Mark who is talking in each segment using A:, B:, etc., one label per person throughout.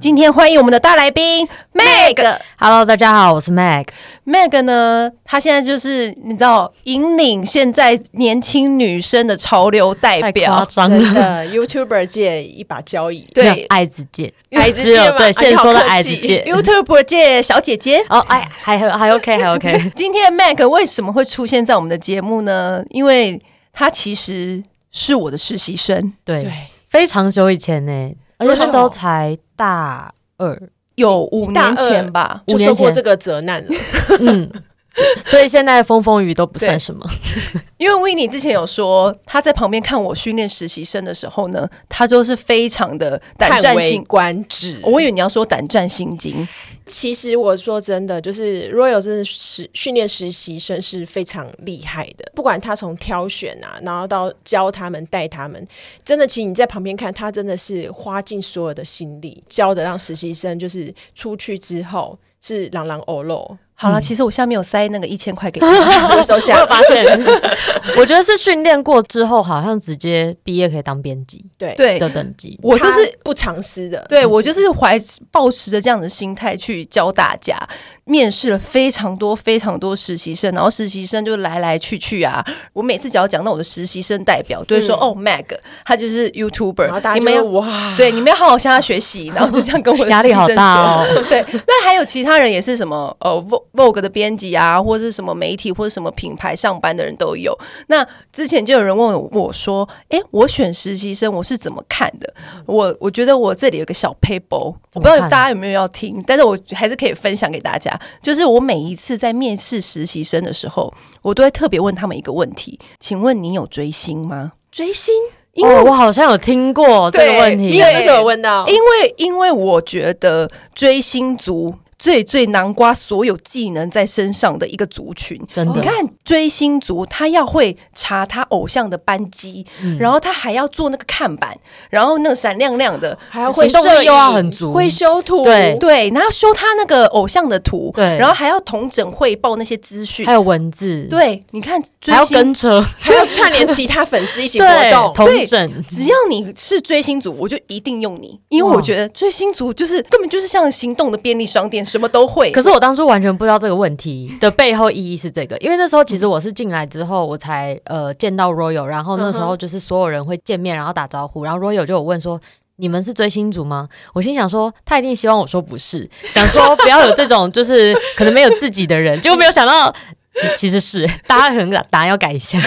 A: 今天欢迎我们的大来宾 Meg。
B: Hello，大家好，我是 Mag。
A: Meg 呢，她现在就是你知道，引领现在年轻女生的潮流代
B: 太
A: 表
B: 夸。张
C: 真
B: 了，
C: 的，YouTuber 界一把交椅。
B: 没
A: 对
B: 有 爱之剑，
C: 矮子
B: 只
C: 界
B: 有
C: 嘛
B: 对
C: 哎
B: 现说的爱之
C: 你好客气
B: 剑。
A: YouTube 界小姐姐。
B: 哦，哎，还还还 OK，还 OK。
A: 今天 Meg 为什么会出现在我们的节目呢？因为她其实是我的实习生，
B: 对，非常久以前呢，而且那时候才大二，
A: 有五
C: 大
A: 年
C: 二
A: 前吧。
B: 五
C: 就
B: 年
C: 受过
B: 前
C: 这个责难 了，
B: 嗯，所以现在风风雨都不算
A: 对
B: 什么。
A: 因为 w i n n i e 之前有说，他在旁边看我训练实习生的时候呢，他就是非常的胆
C: 叹
A: 战
C: 为
A: 心。
C: 观止。
A: 我以为你要说胆战心惊，
C: 其实我说真的，就是 Royal 真的实训练实习生是非常厉害的，不管他从挑选啊，然后到教他们、带他们，真的，其实你在旁边看，他真的是花尽所有的心力教的，让实习生就是出去之后是朗朗欧 露。
A: 好了，其实我下面有塞那个一千块 给你。
C: 我手
B: 我
C: 下
B: 有发现， 我觉得是训练过之后，好像直接毕业可以当编辑
C: 对，
A: 对
B: 的等级。
A: 我就是
C: 他不藏私的，
A: 对我就是怀抱持着这样的心态去教大家，面试了非常多非常多实习生，然后实习生就来来去去啊。我每次只要讲到我的实习生代表，都会说、
C: 嗯
A: 哦，Mag，他就是
C: 然后
A: YouTuber，
C: 大
A: 你
C: 家
A: 们
C: 就
A: 要
C: 哇，
A: 对你们要好好向他学习，然后就这样跟 我的
B: 压力好大
A: 实习生说
B: 哦！
A: 对，那还有其他人也是什么呃 Vo- Vogue 的编辑啊，或是什么媒体或者什么品牌上班的人都有。那之前就有人问我说：“诶，我选实习生我是怎么看的？”我我觉得我这里有个小 paper，我不知道
B: 怎么看
A: 大家有没有要听，但是我还是可以分享给大家。就是我每一次在面试实习生的时候，我都会特别问他们一个问题：“请问你有追星吗
C: 追星，？”
A: 因为
B: 哦我好像有听过这
A: 对
B: 个问
C: 你
B: 题
C: 有
A: 对，
C: 那时候有问到，
A: 因为因为我觉得追星族最最南瓜所有技能在身上的一个族群。
B: 真
A: 你
B: 的。
A: 看追星族，他要会查他偶像的班机，
B: 嗯
A: 然后他还要做那个看板，然后那个闪亮亮的，
C: 还要
B: 行
C: 会
B: 动
C: 摄
B: 力又要
C: 影
B: 很足
C: 会修图，
B: 对
A: 对，然后修他那个偶像的图，
B: 对
A: 然后还要统整汇报那些资讯
B: 还，有文字，，
A: 对，你看追
B: 还要
A: 星
B: 跟车，
C: 还要串联其他粉丝一起活动。
B: 同整，
A: 只要你是追星族，我就一定用你，因为
B: 哇
A: 我觉得追星族就是根本就是像行动的便利商店，什么都会。
B: 可是我当初完全不知道这个问题的背后意义是这个，因为那时候其实我是进来之后我才呃见到 Royal，然后那时
C: 嗯
B: 候就是所有人会见面，然后打招呼，然后 Royal 就有问说。你们是追星族吗？我心想说，他一定希望我说不是， 想说不要有这种就是可能没有自己的人，结果没有想到，其其实是 大家可能答案要改一下，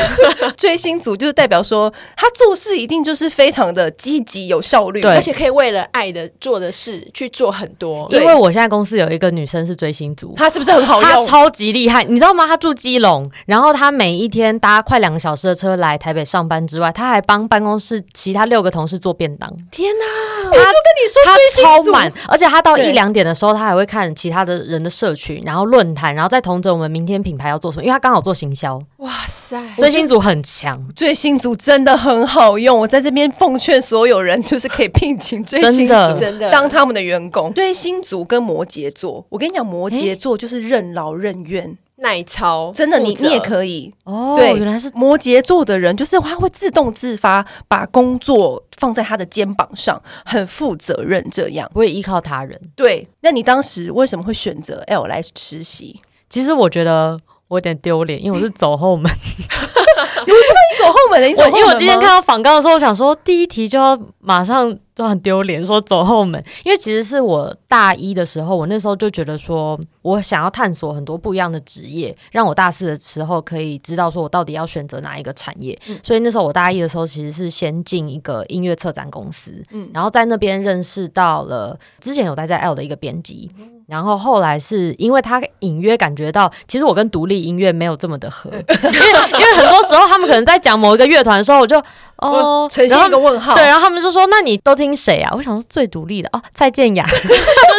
A: 追星族就是代表说，他做事一定就是非常的积极有效率，
B: 对
C: 而且可以为了爱的做的事去做很多，
B: 因为我现在公司有一个女生是追星族，
A: 他是不是很好
B: 他
A: 用？
B: 超级厉害，你知道吗？他住基隆，然后他每一天搭快两个小时的车来台北上班之外，他还帮办公室其他六个同事做便当，
C: 天哪！
B: 他
A: 星
B: 超
A: 族
B: 满，而且他到
A: 对
B: 一两点的时候，他还会看其他的人的社群，然后论坛，然后再同着我们明天品牌要做什么，因为他刚好做行销，
C: 哇塞，
B: 追星族很强，
A: 追星族真的很好用，我在这边奉劝所有人，就是可以聘请 追星
B: 真的
A: 族
C: 真的
A: 当他们的员工。追星族跟摩羯座，我跟你讲，摩羯座就是任劳任怨，
C: 耐操，
A: 真的，你
C: 负责
A: 你也可以。
B: 哦
A: 对
B: 原来是
A: 摩羯座的人就是他会自动自发把工作放在他的肩膀上，很负责任这样。
B: 不会依靠他人。
A: 对，那你当时为什么会选择 L 来实习？
B: 其实我觉得。我有点丢脸，因为我是走后门。
A: 你走后门的，你走
B: 我
A: 后
B: 因
A: 门
B: 为我今天
A: 吗
B: 看到访告的时候，我想说第一题就要马上就很丢脸，说走后门。因为其实是我大一的时候，我那时候就觉得说我想要探索很多不一样的职业，让我大四的时候可以知道说我到底要选择哪一个产业。
A: 嗯
B: 所以那时候我大一的时候，其实是先进一个音乐策展公司，
A: 嗯
B: 然后在那边认识到了之前有待在 L 的一个编辑。然后后来是因为他隐约感觉到，其实我跟独立音乐没有这么的合，
A: 嗯
B: 因为因为很多时候他们可能在讲某一个乐团的时候，我就哦
A: 我，呈
B: 然后
A: 现
B: 啊
A: 一个问号。
B: 对，然后他们就说：“那你都听听谁啊？我想说最独立的哦，蔡健雅， 就是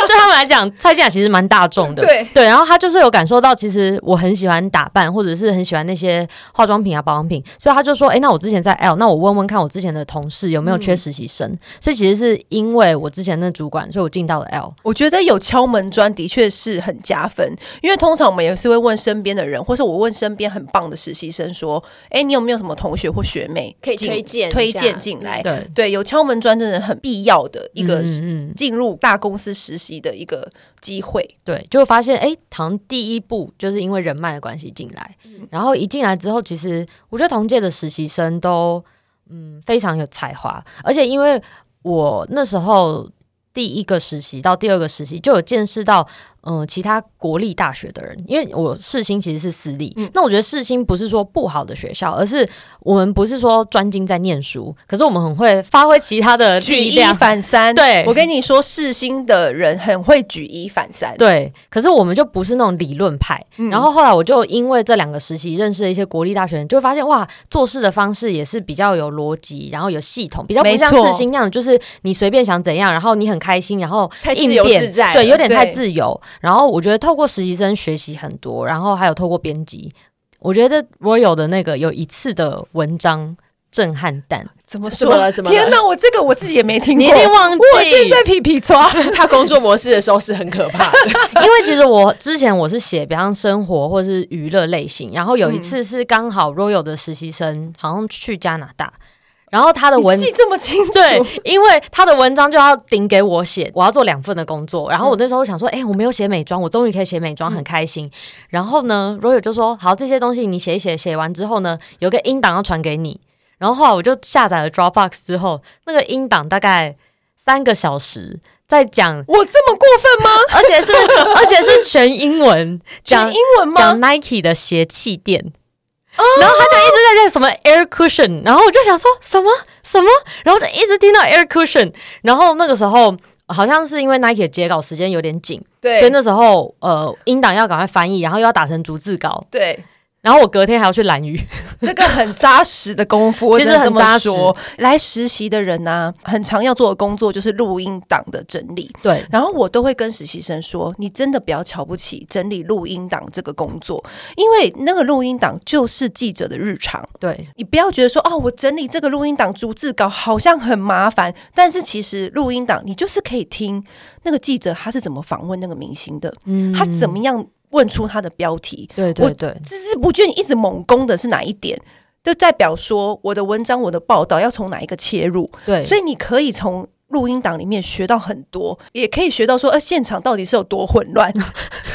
B: 对他们来讲，蔡健雅其实蛮大众的。
A: 对
B: 对，然后他就是有感受到，其实我很喜欢打扮，或者是很喜欢那些化妆品啊、保养品，所以他就说，哎，那我之前在 L，那我问问看我之前的同事有没有
A: 嗯
B: 缺实习生。所以其实是因为我之前那主管，所以我进到了 L。
A: 我觉得有敲门砖的确是很加分，因为通常我们也是会问身边的人，或是我问身边很棒的实习生说：“哎、你有没有什么同学或学妹
C: 可以
A: 进
C: 推荐一
A: 推
C: 下
A: 荐进来？”
B: 对，
A: 对，有敲门砖真的很必要的一个
B: 嗯嗯嗯
A: 进入大公司实习的一个机会。
B: 对，就发现哎，好像第一步就是因为人脉的关系进来，
A: 嗯
B: 然后一进来之后，其实我觉得同届的实习生都嗯非常有才华，而且因为我那时候第一个实习到第二个实习就有见识到。嗯、其他国立大学的人，因为我世新其实是私立，
A: 嗯
B: 那我觉得世新不是说不好的学校，而是我们不是说专精在念书，可是我们很会发挥其他的
A: 举
B: 力
A: 一
B: 量，
A: 反三，
B: 嗯对
A: 我跟你说，世新的人很会举一反三。嗯
B: 对，可是我们就不是那种理论派。然后后来我就因为这两个实习认识了一些国立大学生，就会发现哇，做事的方式也是比较有逻辑，然后有系统，比较不
A: 没
B: 像
A: 错
B: 世新那样，就是你随便想怎样，然后你很开心，然后
C: 太自
B: 应
C: 由
B: 变
C: 自在了，
B: 对，有点太
A: 对
B: 自由。然后我觉得透过实习生学习很多，然后还有透过编辑，我觉得 Royal 的那个有一次的文章震撼弹，
A: 怎么
C: 怎
A: 说？
C: 么了怎么了
A: 天哪，我这个我自己也没听过，
B: 你一定忘记。
A: 我现在皮皮抓。
C: 他工作模式的时候是很可怕的。
B: 因为其实我之前我是写，比方生活或是娱乐类型，然后有
A: 嗯
B: 一次是刚好 Royal 的实习生好像去加拿大，然后他的文
A: 你记这么清楚？
B: 对，因为他的文章就要顶给我写，我要做两份的工作，然后我
A: 嗯
B: 那时候想说，哎、我没有写美妆，我终于可以写美妆，很开心。然后呢，Royal 就说，好，这些东西你写一写，写完之后呢，有个音档要传给你。然后后来我就下载了 Dropbox 之后，那个音档大概三个小时，在讲
A: 我这么过分吗？
B: 而且 是而且是全英文哦
A: 讲
B: 讲
A: 英文吗
B: 讲？Nike 的鞋气垫。然后他就一直在讲什么 air cushion，然后我就想说什么什么，然后就一直听到 air cushion，然后那个时候好像是因为 Nike 的截稿时间有点紧，
A: 对
B: 所以那时候呃音档要赶快翻译，然后又要打成逐字稿，
A: 对，
B: 然后我隔天还要去蓝屿，
A: 这个很扎实的功 夫，我
B: 其实
A: 只能这
B: 很
A: 么
B: 扎实
A: 说。来实习的人呢、很常要做的工作就是录音档的整理。
B: 对
A: 然后我都会跟实习生说，你真的不要瞧不起整理录音档这个工作，因为那个录音档就是记者的日常。
B: 对
A: 你不要觉得说哦，我整理这个录音档逐字稿好像很麻烦，但是其实录音档你就是可以听那个记者他是怎么访问那个明星的，他怎么样问出他的标题，
B: 对
A: 对
B: 对对
A: 孜孜不倦一直猛攻的是哪一点，就代表说我的文章、我的报道要从哪一个切入，
B: 对，
A: 所以你可以从。录音档里面学到很多，也可以学到说，呃，现场到底是有多混乱，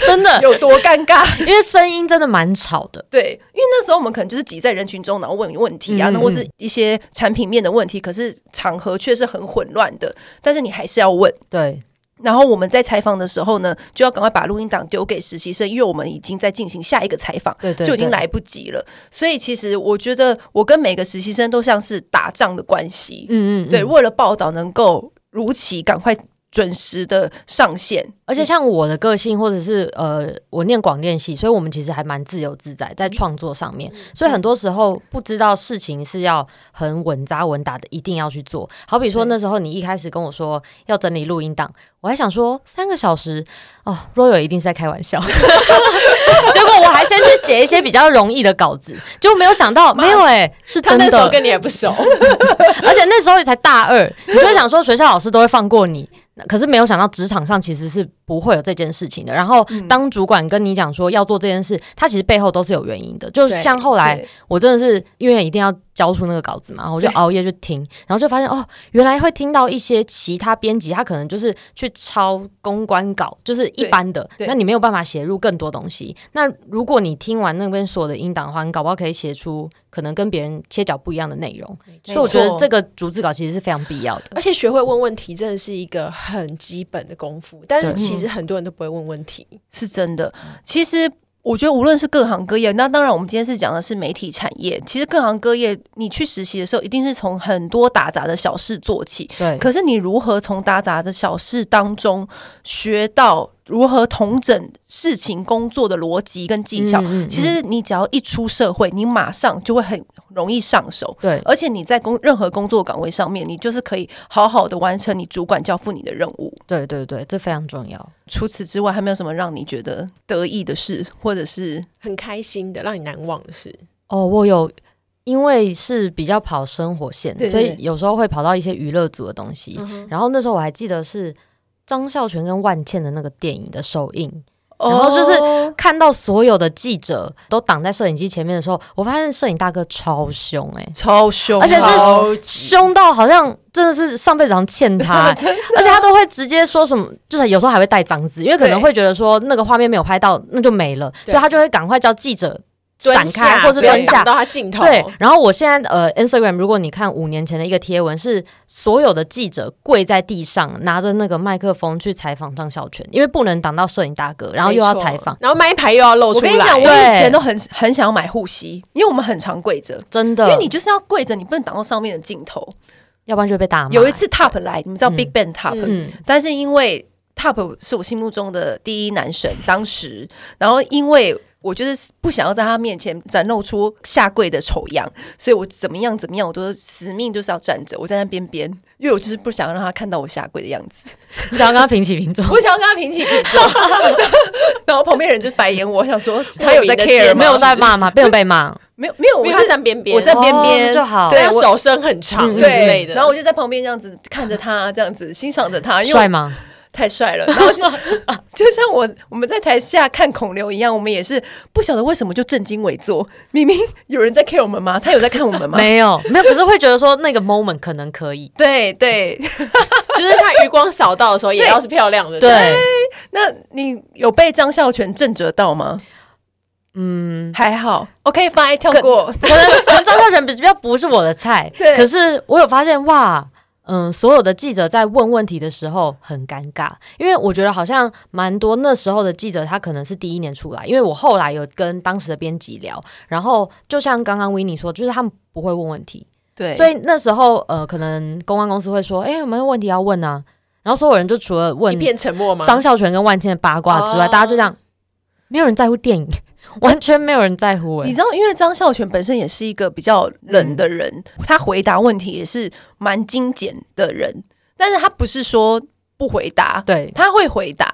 B: 真的
A: 有多尴尬。
B: 因为声音真的蛮吵的，
A: 对，因为那时候我们可能就是挤在人群中，然后问问题啊，
B: 嗯
A: 那、或是一些产品面的问题，可是场合却是很混乱的，但是你还是要问。
B: 对
A: 然后我们在采访的时候呢，就要赶快把录音档丢给实习生，因为我们已经在进行下一个采访，
B: 对对，
A: 就已经
B: 对
A: 来不及了。所以其实我觉得，我跟每个实习生都像是打仗的关系，
B: 嗯嗯嗯
A: 对，为了报道能够如期赶快准时的上线，
B: 而
C: 嗯
B: 且像我的个性，或者是呃，我念广电系，所以我们其实还蛮自由自在在
C: 嗯
B: 创作上面，所以很多时候不知道事情是要很稳扎稳打的，一定要去做。好比说
A: 对
B: 那时候你一开始跟我说要整理录音档，我还想说三个小时哦，Royal 一定是在开玩笑， 结果我还先去写一些比较容易的稿子，结果没有想到没有哎、是
C: 他
B: 真
C: 那时候
B: 的，
C: 跟你还不熟，
B: 而且那时候也才大二，你就会想说学校老师都会放过你，那可是没有想到职场上其实是不会有这件事情的。然后当主管跟你讲说要做这件事，他其实背后都是有原因的。就
C: 对
B: 像后来
A: 对
B: 我真的是因为一定要交出那个稿子嘛，然后我就
A: 对
B: 熬夜去听，然后就发现哦，原来会听到一些其他编辑他可能就是去抄公关稿，就是一般的，
A: 对对
B: 那你没有办法写入更多东西。那如果你听完那边所有的音档的话，你搞不好可以写出可能跟别人切角不一样的内容。所以我觉
A: 没
B: 得
A: 错
B: 这个逐字稿其实是非常必要的。
C: 而且学会问问题真的是一个很基本的功夫，但是
B: 对
C: 其实很多人都不会问问题。
A: 是真的。其实我觉得无论是各行各业，那当然我们今天是讲的是媒体产业，其实各行各业你去实习的时候，一定是从很多打杂的小事做起。
B: 对
A: 可是你如何从打杂的小事当中学到如何统整事情工作的逻辑跟技巧。
B: 嗯嗯嗯
A: 其实你只要一出社会，你马上就会很容易上手。
B: 对，
A: 而且你在工任何工作岗位上面，你就是可以好好的完成你主管交付你的任务。
B: 对对对，这非常重要。
A: 除此之外，还没有什么让你觉得得意的事，或者是
C: 很开心的，让你难忘的事。
B: 哦，我有，因为是比较跑生活线，
A: 对对
B: 所以
A: 对
B: 有时候会跑到一些娱乐组的东西。然后那时候我还记得是张孝全跟万茜的那个电影的首映，然后就是
A: 哦
B: 看到所有的记者都挡在摄影机前面的时候，我发现摄影大哥超凶哎、
A: 超凶，
B: 而且是
C: 啊
A: 超
B: 凶到好像真的是上辈子好像欠 他、欸而且他都会直接说什么，就是有时候还会带脏字，因为可能
A: 对
B: 会觉得说那个画面没有拍到，那就没了，
C: 对
B: 所以他就会赶快叫记者
C: 蹲
B: 闪开
C: 下
B: 或是
C: 不要
B: 蹲下
C: 挡。到他镜头。
B: 对，然后我现在呃，Instagram，如果你看五年前的一个贴文，是所有的记者跪在地上，拿着那个麦克风去采访张小泉，因为不能挡到摄影大哥，然后又要
C: 没错
B: 采访，
C: 然后麦牌又要露出
A: 我
C: 来。
A: 跟你讲，我
B: 对
A: 以前都很很想要买护膝，因为我们很常跪着，
B: 真的，
A: 因为你就是要跪着，你不能挡到上面的镜头。
B: 要不然就会被打骂。
A: 有一，次 Top 来，你们知道
B: 嗯
A: Big Bang Top，、
C: 嗯
B: 嗯，
A: 但是因为 Top 是我心目中的第一男神，当时，然后因为。我就是不想要在他面前展露出下跪的丑样，所以我怎么样怎么样，我都死命就是要站着，我站在边边，因为我就是不想让他看到我下跪的样子，
B: 你想要跟他平起平 坐。
A: 我想要跟他平起平坐。然后旁边人就白眼我，我想说他有在
C: 莫名的贱
A: care 吗
B: 没有在 骂吗？没有被骂，
A: 没有没有，我
C: 因为
A: 是
C: 他站边边，
A: 我在边边
B: 哦就好。
A: 对
C: 他
A: 我
C: 手伸很长
B: 嗯
C: 之
A: 对
C: 类的。
A: 然后我就在旁边这样子看着他，这样子欣赏着他，因为
B: 帅
A: 我
B: 吗？
A: 太帅了。然后就就像我我们在台下看孔刘一样，我们也是不晓得为什么就正襟危坐。明明有人在 care 我们吗？他有在看我们吗？
B: 没有，没有，可是会觉得说那个 moment 可能可以。
A: 对对，
C: 就是他余光扫到的时候，也要是漂亮的。
B: 对，
A: 那你有被张孝全震折到吗？
B: 嗯，
A: 还好，OK fine，跳过。
B: 可能可能张孝全比较不是我的菜
A: 对，
B: 可是我有发现哇。嗯，所有的记者在问问题的时候很尴尬，因为我觉得好像蛮多那时候的记者，他可能是第一年出来，因为我后来有跟当时的编辑聊，然后就像刚刚维尼说，就是他们不会问问题，
A: 对，
B: 所以那时候呃，可能公关公司会说，哎、有没有问题要问啊？然后所有人就除了问
C: 一片沉默吗？
B: 张孝全跟万千的八卦之外，
C: 哦
B: 大家就这样，没有人在乎 电影，完全没有人在乎、
A: 你
B: 欸
A: 知。道，因为张孝全本身也是一个比较冷的人，他回答问题也是蛮精简的人，但是他不是说不回答，
B: 对，
A: 他会回答。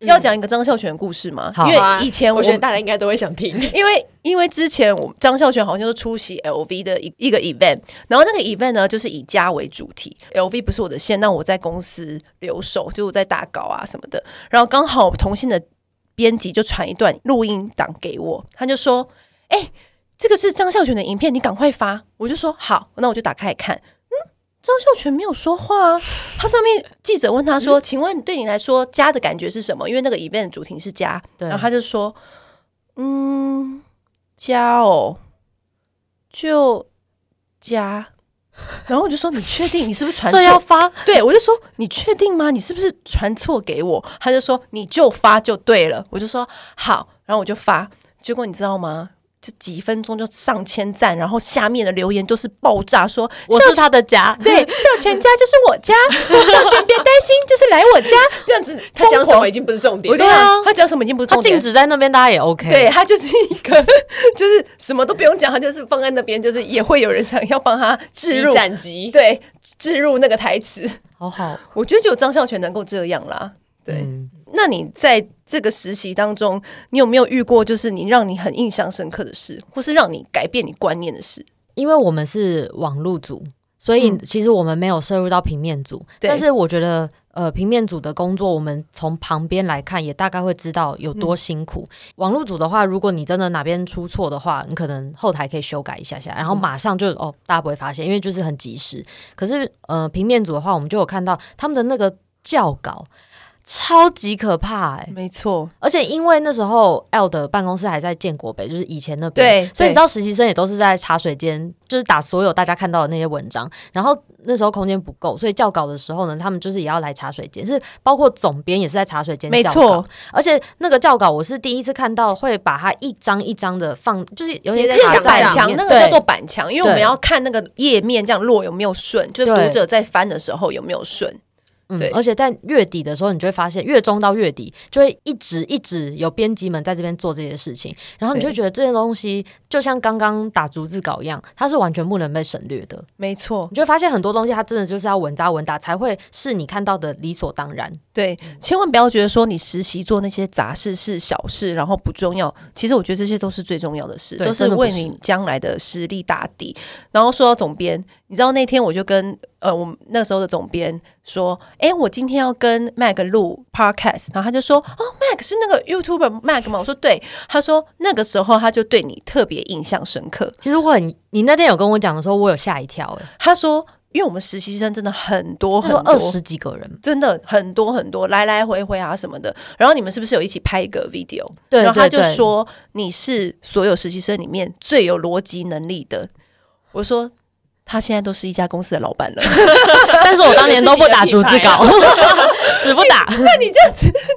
C: 嗯
A: 要讲一个张孝全的故事吗？
B: 好
A: 因
C: 啊
A: 为以前我
C: 我觉得大家应该都会想听。
A: 因为因为之前我张孝全好像就出席 LV 的一一个 event，然后那个 event 呢就是以家为主题，LV 不是我的线，那我在公司留守，就我在打稿啊什么的，然后刚好同性的编辑就传一段录音档给我，他就说：“哎、这个是张孝全的影片，你赶快发。”我就说：“好，那我就打开来看。”嗯，张孝全没有说话啊。他上面记者问他说：“请问对你来说家的感觉是什么？”因为那个 event 的主题是家，
B: 对
A: 然后他就说：“嗯，家哦，就家。” 然后我就说：“你确定？你是不是传
B: 这
A: 错
B: 要发
A: 对，我就说你确定吗？你是不是传错给我？他就说你就发就对了。我就说好，然后我就发。结果你知道吗？就几分钟就上千赞，然后下面的留言都是爆炸说，
B: 我是他的家，
A: 对，孝全家就是我家，孝全别担心，就是来我家这样子。
C: 他讲什么
A: 已
C: 已经不是重
A: 经，我
C: 点
A: 跟你
C: 了，
A: 讲，
B: 对啊
A: 他讲什么已经不是
B: 他
A: 重点
B: 静。止在那边，大家也 OK。
A: 对，他就是一个， 就是什么都不用讲，他就是放在那边，就是也会有人想要帮他置入
C: 积，攒机。
A: 对，置入那个台词。
B: 好好，
A: 我觉得只有张孝全能够这样啦。对，
B: 嗯
A: 那你在这个实习当中，你有没有遇过就是你让你很印象深刻的事，或是让你改变你观念的事？
B: 因为我们是网路组，所以
A: 嗯
B: 其实我们没有涉入到平面组，
A: 对
B: 但是我觉得。呃，平面组的工作，我们从旁边来看，也大概会知道有
A: 嗯
B: 多辛苦。网路组的话，如果你真的哪边出错的话，你可能后台可以修改一下下，然后
A: 嗯
B: 马上就、哦，大家不会发现，因为就是很及时。可是呃，平面组的话，我们就有看到他们的那个校稿超级可怕哎、
A: 没错，
B: 而且因为那时候 L 的办公室还在建国北，就是以前那边，
A: 对
B: 所以你
A: 对
B: 知道实习生也都是在茶水间，就是打所有大家看到的那些文章。然后那时候空间不够，所以校稿的时候呢，他们就是也要来茶水间，是包括总编也是在茶水间
A: 没
B: 校
A: 错
B: 稿。，而且那个校稿我是第一次看到会把它一张一张的放，就是有点
C: 贴在
A: 就是
B: 卡在
A: 板
C: 墙
B: 里
A: 墙
B: 面
A: 那个叫做
B: 对
A: 板墙，因为我们
B: 对
A: 要看那个页面这样落有没有顺，就是
B: 对
A: 读者在翻的时候有没有顺。
B: 嗯
A: 对
B: 而且在月底的时候，你就会发现月中到月底就会一直一直有编辑们在这边做这些事情，然后你就
A: 对
B: 觉得这些东西就像刚刚打逐字稿一样，它是完全不能被省略的。
A: 没错
B: 你，就会发现很多东西，它真的就是要稳扎稳打，才会是你看到的理所当然。
A: 对，
B: 嗯
A: 千万不要觉得说你实习做那些杂事是小事，然后不重要。其实我觉得这些都是最重要的事，
B: 对
A: 都是
B: 真的不
A: 为
B: 是
A: 你将来的实力打底。然后说到总编，你知道那天我就跟呃我们那时候的总编说，哎，我今天要跟 Mag 录 podcast，然后他就说，哦，Mag 是那个 YouTuber Mag 吗？我说对，他说那个时候他就对你特别印象深刻，
B: 其实我很，你那天有跟我讲的时候，我有吓一跳、欸，
A: 他说。因为我们实习生真的很多很
B: 那时候
A: 多，
B: 二十几个人，
A: 真的很多很多，来来回回啊什么的。然后你们是不是有一起拍一个 video？
B: 对
A: 然后他
B: 对
A: 就
B: 对，
A: 说你是所有实习生里面最有逻辑能力的。我说他现在都是一家公司的老 板了。
B: 但是我当年都不打逐字稿， 死不打，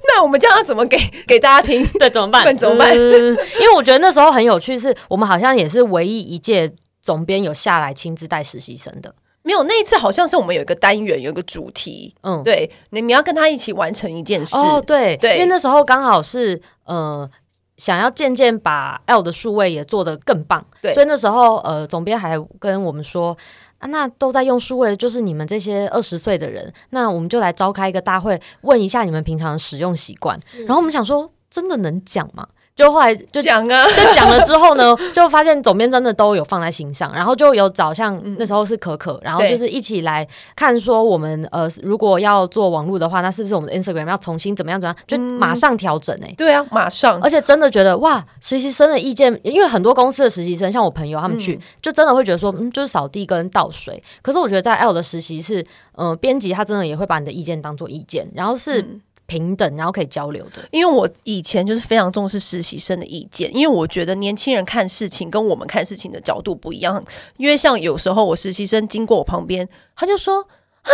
A: 那我们这样要怎么给给大家听？
B: 对，怎么
A: 不然
B: 办？
A: 怎么办
B: 嗯因为我觉得那时候很有趣，是我们好像也是唯一一届总编有下来亲自带实习生的，
A: 没有，那一次好像是我们有一个单元，有一个主题，
B: 嗯，
A: 对，你们要跟他一起完成一件事。
B: 哦，对，
A: 对
B: 因为那时候刚好是呃。想要渐渐把 L 的数位也做得更棒，
A: 对
B: 所以那时候呃，总编还跟我们说啊，那都在用数位，就是你们这些二十岁的人，那我们就来召开一个大会，问一下你们平常的使用习惯。然后我们想说，真的能讲吗？就后来就
A: 讲啊，
B: 就讲了之后呢，就发现总编真的都有放在心上，然后就有找像那时候是可可，然后就是一起来看说我们呃如果要做网络的话，那是不是我们的 Instagram 要重新怎么样怎么样，就马上调整哎、
A: 对啊，马上
B: 而且真的觉得哇，实习生的意见，因为很多公司的实习生，像我朋友他们去，就真的会觉得说，嗯，就是扫地跟倒水。可是我觉得在 L 的实习是，嗯、编辑他真的也会把你的意见当做意见，然后是平等，然后可以交流的。
A: 因为我以前就是非常重视实习生的意见，因为我觉得年轻人看事情跟我们看事情的角度不一样。因为像有时候我实习生经过我旁边，他就说：“啊，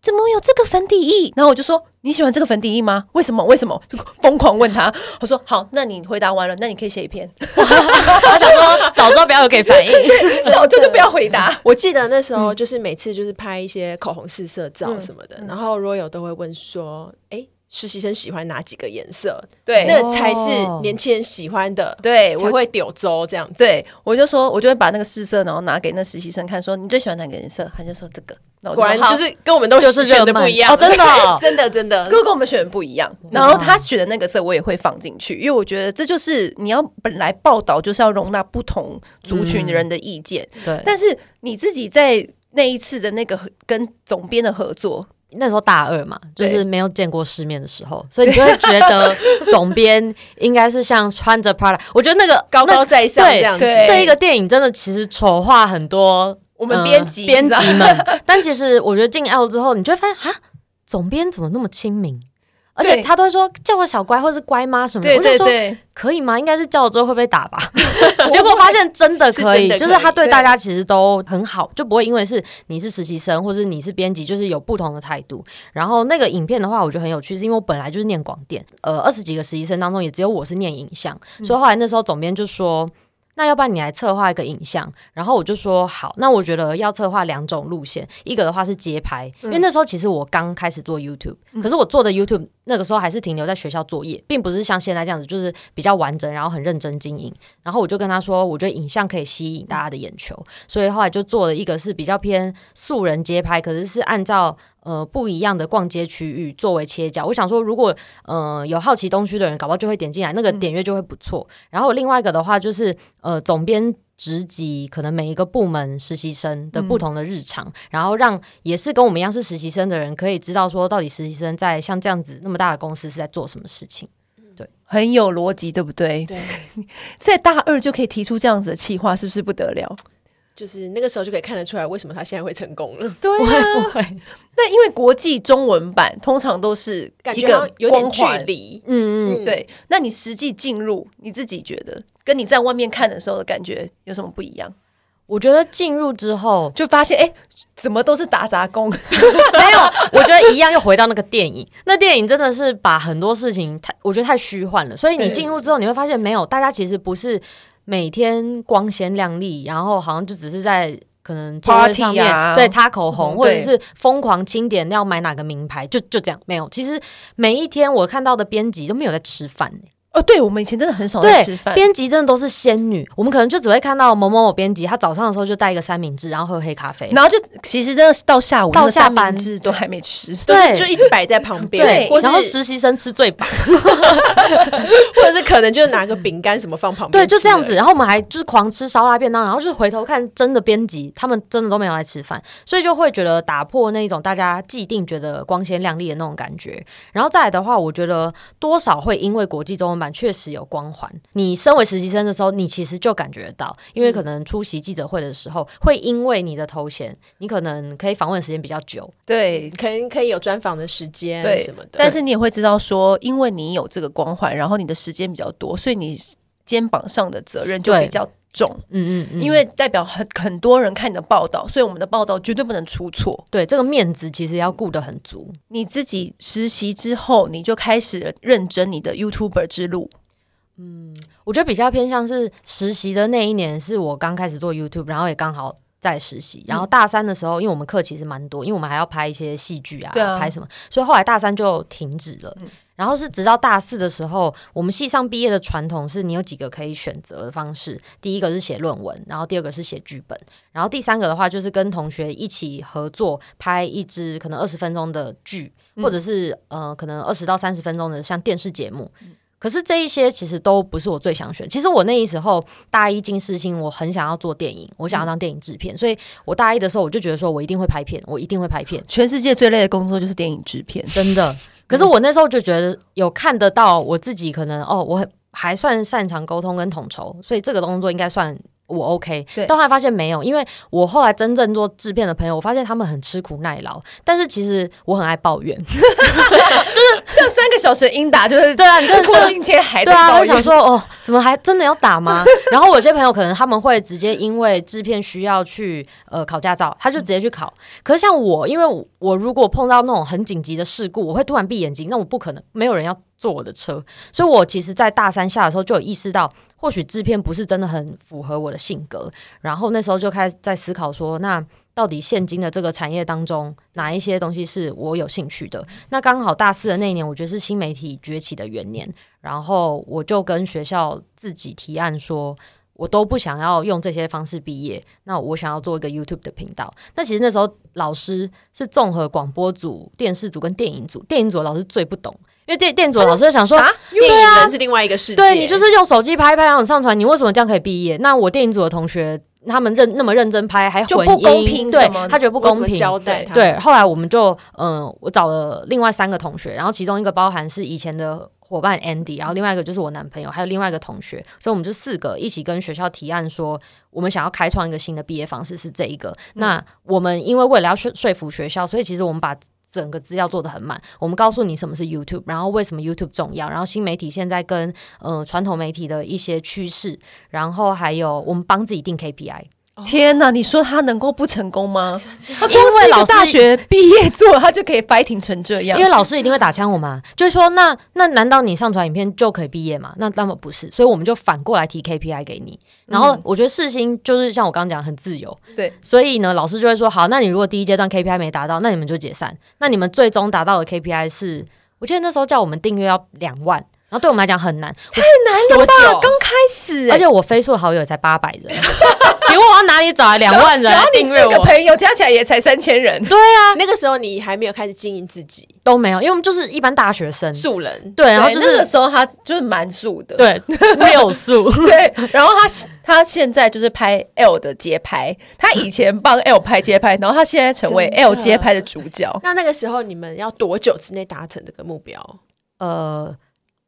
A: 怎么有这个粉底液？”然后我就说：“你喜欢这个粉底液吗？为什么？为什么？”就疯狂问他。我说：“好，那你回答完了，那你可以写一篇。
B: 他想说，早知道不要有给反应。
A: 早就就不要回答。
C: 我记得那时候就是每次就是拍一些口红试色照什么的，然后 Royal 都会问说：“哎、实习生喜欢哪几个颜色？”
A: 对
C: 那才是年轻人喜欢的，
A: 对，
C: 才
A: 我
C: 会丢周这样子。
A: 对我就说，我就会把那个试色，然后拿给那实习生看，说：“你最喜欢哪个颜色？”他就说：“这个。”那我
C: 果然
A: 说好
C: 就是跟我们都
B: 哦就是
C: 选的
B: 热
C: 不
B: 门
C: 一样
B: 哦真的 哦
C: 真的真的
A: 哥跟我们选的不一样，然后他选的那个色我也会放进去，因为我觉得这就是你要本来报道就是要容纳不同族群人的意见，
B: 对，
A: 但是你自己在那一次的那个和跟总编的合作，
B: 那时候大二嘛，就
A: 对
B: 是没有见过世面的时候，所以你就会觉得总编应该是像穿着 Prada。我觉得那个
C: 高高在上
B: 对
C: 这样子。
A: 对
B: 那这一个电影真的其实丑化很多
A: 我
B: 我
A: 们嗯编辑
B: 编辑
A: 你知道
B: 们， 但其实我觉得进 L 之后，你就会发现啊，总编怎么那么亲民？而且
A: 对
B: 他都会说叫我小乖或是乖妈什么的，
A: 对对
B: 我就说
A: 对，
B: 可以吗？应该是叫了之后会被打 吧。结果发现真的可
C: 是真
B: 以，
C: 的可以
B: 就是他对大家其实都很好，就不会因为是你是实习生或是你是编辑，就是有不同的态度。然后那个影片的话，我觉得很有趣，是因为我本来就是念广电，呃，二十几个实习生当中也只有我是念影像，所以后来那时候总编就说。那要不然你来策划一个影像，然后我就说好，那我觉得要策划两种路线，一个的话是街拍，因为那时候其实我刚开始做 YouTube，、可是我做的 YouTube 那个时候还是停留在学校作业，并不是像现在这样子，就是比较完整，然后很认真经营。然后我就跟他说，我觉得影像可以吸引大家的眼球，所以后来就做了一个是比较偏素人街拍，可是是按照呃不一样的逛街区域作为切角。我想说，如果呃有好奇东区的人，搞不好就会点进来，那个点阅就会不错。然后另外一个的话就是呃总编。职级可能每一个部门实习生的不同的日常，然后让也是跟我们一样是实习生的人，可以知道说到底实习生在像这样子那么大的公司是在做什么事情。
A: 很有逻辑，对不对？
C: 对，
A: 在大二就可以提出这样子的企划，是不是不得了？
C: 就是那个时候就可以看得出来，为什么他现在会成功了，
A: 对
B: 不会
A: 啊，
B: 不会，
A: 那因为国际中文版通常都是
C: 感
A: 一
C: 觉好
A: 个
C: 像有点
A: 光
C: 距
A: 环，
C: 离。
B: 嗯嗯，
C: 嗯
A: 对，那你实际进入，你自己觉得跟你在外面看的时候的感觉有什么不一样？
B: 我觉得进入之后
A: 就发现哎、诶怎么都是打杂工？
B: 没有，我觉得一样又回到那个电影，那电影真的是把很多事情太，我觉得太虚幻了。所以你进入之后，你会发现没有，大家其实不是每天光鲜亮丽，然后好像就只是在可能座位上面、
A: Party 啊
B: 对擦口红，
A: 嗯
B: 或者
A: 对
B: 是疯狂清点要买哪个名牌，就就这样没有。其实每一天我看到的编辑都没有在吃饭、
A: 哦，对，我们以前真的很少在吃
B: 对
A: 饭，，
B: 编辑真的都是仙女，我们可能就只会看到某某某编辑，他早上的时候就带一个三明治，然后喝黑咖啡，
A: 然后就其实真的是到下午
B: 到
A: 那个
B: 下
A: 三明
B: 班
A: 治都还没吃，
C: 都
B: 对
C: 是就一直摆在旁边，
A: 对
C: 或是
B: 然后实习生吃最饱，
C: 或者是可能就拿个饼干什么放旁边，
B: 对，就这样子。。然后我们还就是狂吃烧腊便当，然后就是回头看真的编辑，他们真的都没有来吃饭，所以就会觉得打破那种大家既定觉得光鲜亮丽的那种感觉。然后再来的话，我觉得多少会因为国际中文版确实有光环。你身为实习生的时候，你其实就感觉得到，因为可能出席记者会的时候，会因为你的头衔，你可能可以访问时间比较久，
A: 对。
C: 可能可以有专访的时间
A: 对
C: 什么的，
A: 但是你也会知道说，因为你有这个光环，然后你的时间比较多，所以你肩膀上的责任就
B: 对
A: 比较重，
B: 嗯嗯嗯，
A: 因为代表很很多人看你的报道，所以我们的报道绝对不能出错。
B: 对这个面子其实要顾得很足。
A: 你自己实习之后，你就开始认真你的 YouTuber 之路。
B: 我觉得比较偏向是实习的那一年，是我刚开始做 YouTube，然后也刚好在实习。
A: 嗯
B: 然后大三的时候，因为我们课其实蛮多，因为我们还要拍一些戏剧啊，
A: 对啊嗯
B: 拍什么，所以后来大三就停止了。然后是直到大四的时候，我们系上毕业的传统是你有几个可以选择的方式，第一个是写论文，然后第二个是写剧本，然后第三个的话就是跟同学一起合作拍一支可能二十分钟的剧，
A: 嗯
B: 或者是呃可能二十到三十分钟的像电视节目。可是这一些其实都不是我最想选。其实我那时候大一进世新，我很想要做电影，我想要当电影制片，所以我大一的时候我就觉得说我一定会拍片，我一定会拍片，
A: 全世界最累的工作就是电影制片，
B: 真的。可是我那时候就觉得有看得到我自己可能哦，我很还算擅长沟通跟统筹，所以这个工作应该算。我 OK，
A: 对
B: 但后来发现没有，因为我后来真正做制片的朋友，我发现他们很吃苦耐劳，但是其实我很爱抱怨，
A: 像三个小时的英达就是
B: 对啊你就
A: 过境切海的
B: 对啊，
A: 抱
B: 我
A: 怨
B: 想说哦，怎么还真的要打吗？ 然后我有些朋友可能他们会直接因为制片需要去呃考驾照，他就直接去考。可是像我，因为我我如果碰到那种很紧急的事故，我会突然闭眼睛，那我不可能没有人要坐我的车，所以我其实，在大三下的时候就有意识到。或许制片不是真的很符合我的性格，然后那时候就开始在思考说，那到底现今的这个产业当中，哪一些东西是我有兴趣的？那刚好大四的那一年，我觉得是新媒体崛起的元年，然后我就跟学校自己提案说，我都不想要用这些方式毕业，那我想要做一个 YouTube 的频道。那其实那时候老师是综合广播组、电视组跟电影组，电影组的老师最不懂，因为电电影组的老师就 想说，
C: 啥？电影人是另外一个世界，
B: 啊对你就是用手机拍一拍，然后你上传，你为什么这样可以毕业？那我电影组的同学他们认那么认真拍，还
A: 就
B: 混
A: 不公
B: 音
A: 平
B: 对
A: 什么的
B: 他觉得不
C: 不
B: 公平，
C: 交代他，
B: 对，后啊来我们就嗯、呃我找了另外三个同学，然后其中一个包含是以前的伙伴 Andy，然后另外一个就是我男朋友，还有另外一个同学，所以我们就四个一起跟学校提案说，我们想要开创一个新的毕业方式是这一个。那我们因为为了要说说服学校，所以其实我们把。整个资料做得很满，我们告诉你什么是 YouTube，然后为什么 YouTube 重要，然后新媒体现在跟呃传统媒体的一些趋势，然后还有我们帮自己定 KPI，
A: 天哪！你说他能够不成功吗？他
B: 因
A: 光
B: 为
A: 哦是一
B: 老
A: 个
B: 师
A: 大学毕业做，他就可以 fighting 成这样，
B: 因为老师一定会打枪我们、啊，就是说那那难道你上传影片就可以毕业吗？那那么不是，所以我们就反过来提 KPI 给你。然后我觉得世新就是像我刚刚讲很自由，
A: 对，
B: 所以呢老师就会说好，那你如果第一阶段 KPI 没达到，那你们就解散。那你们最终达到的 KPI 是，我记得那时候叫我们订阅要两万，然后对我们来讲很难，
C: 多久？
A: 刚开始、
B: 而且我 Facebook 好友也才八百 人，请问我要哪里找来两万人
A: 然
B: 来
A: 后你
B: 订阅
A: 四个
B: 我？
A: 朋友加起来也才三千人，
B: 啊
C: 那个时候你还没有开始经营自己，
B: 都没有，因为我们就是一般大学生，
C: 素人，
B: 对，然后
A: 对
B: 就
A: 那个
B: 是。
A: 时候他就是蛮素的，
B: 对， 六数，
A: 对，然后他他现在就是拍 L 的街拍，他以前 帮 L 拍街拍，然后他现在成为
C: 真的
A: L 街拍的主角。
C: 那那个时候你们要多久之内达成这个目标？
B: 呃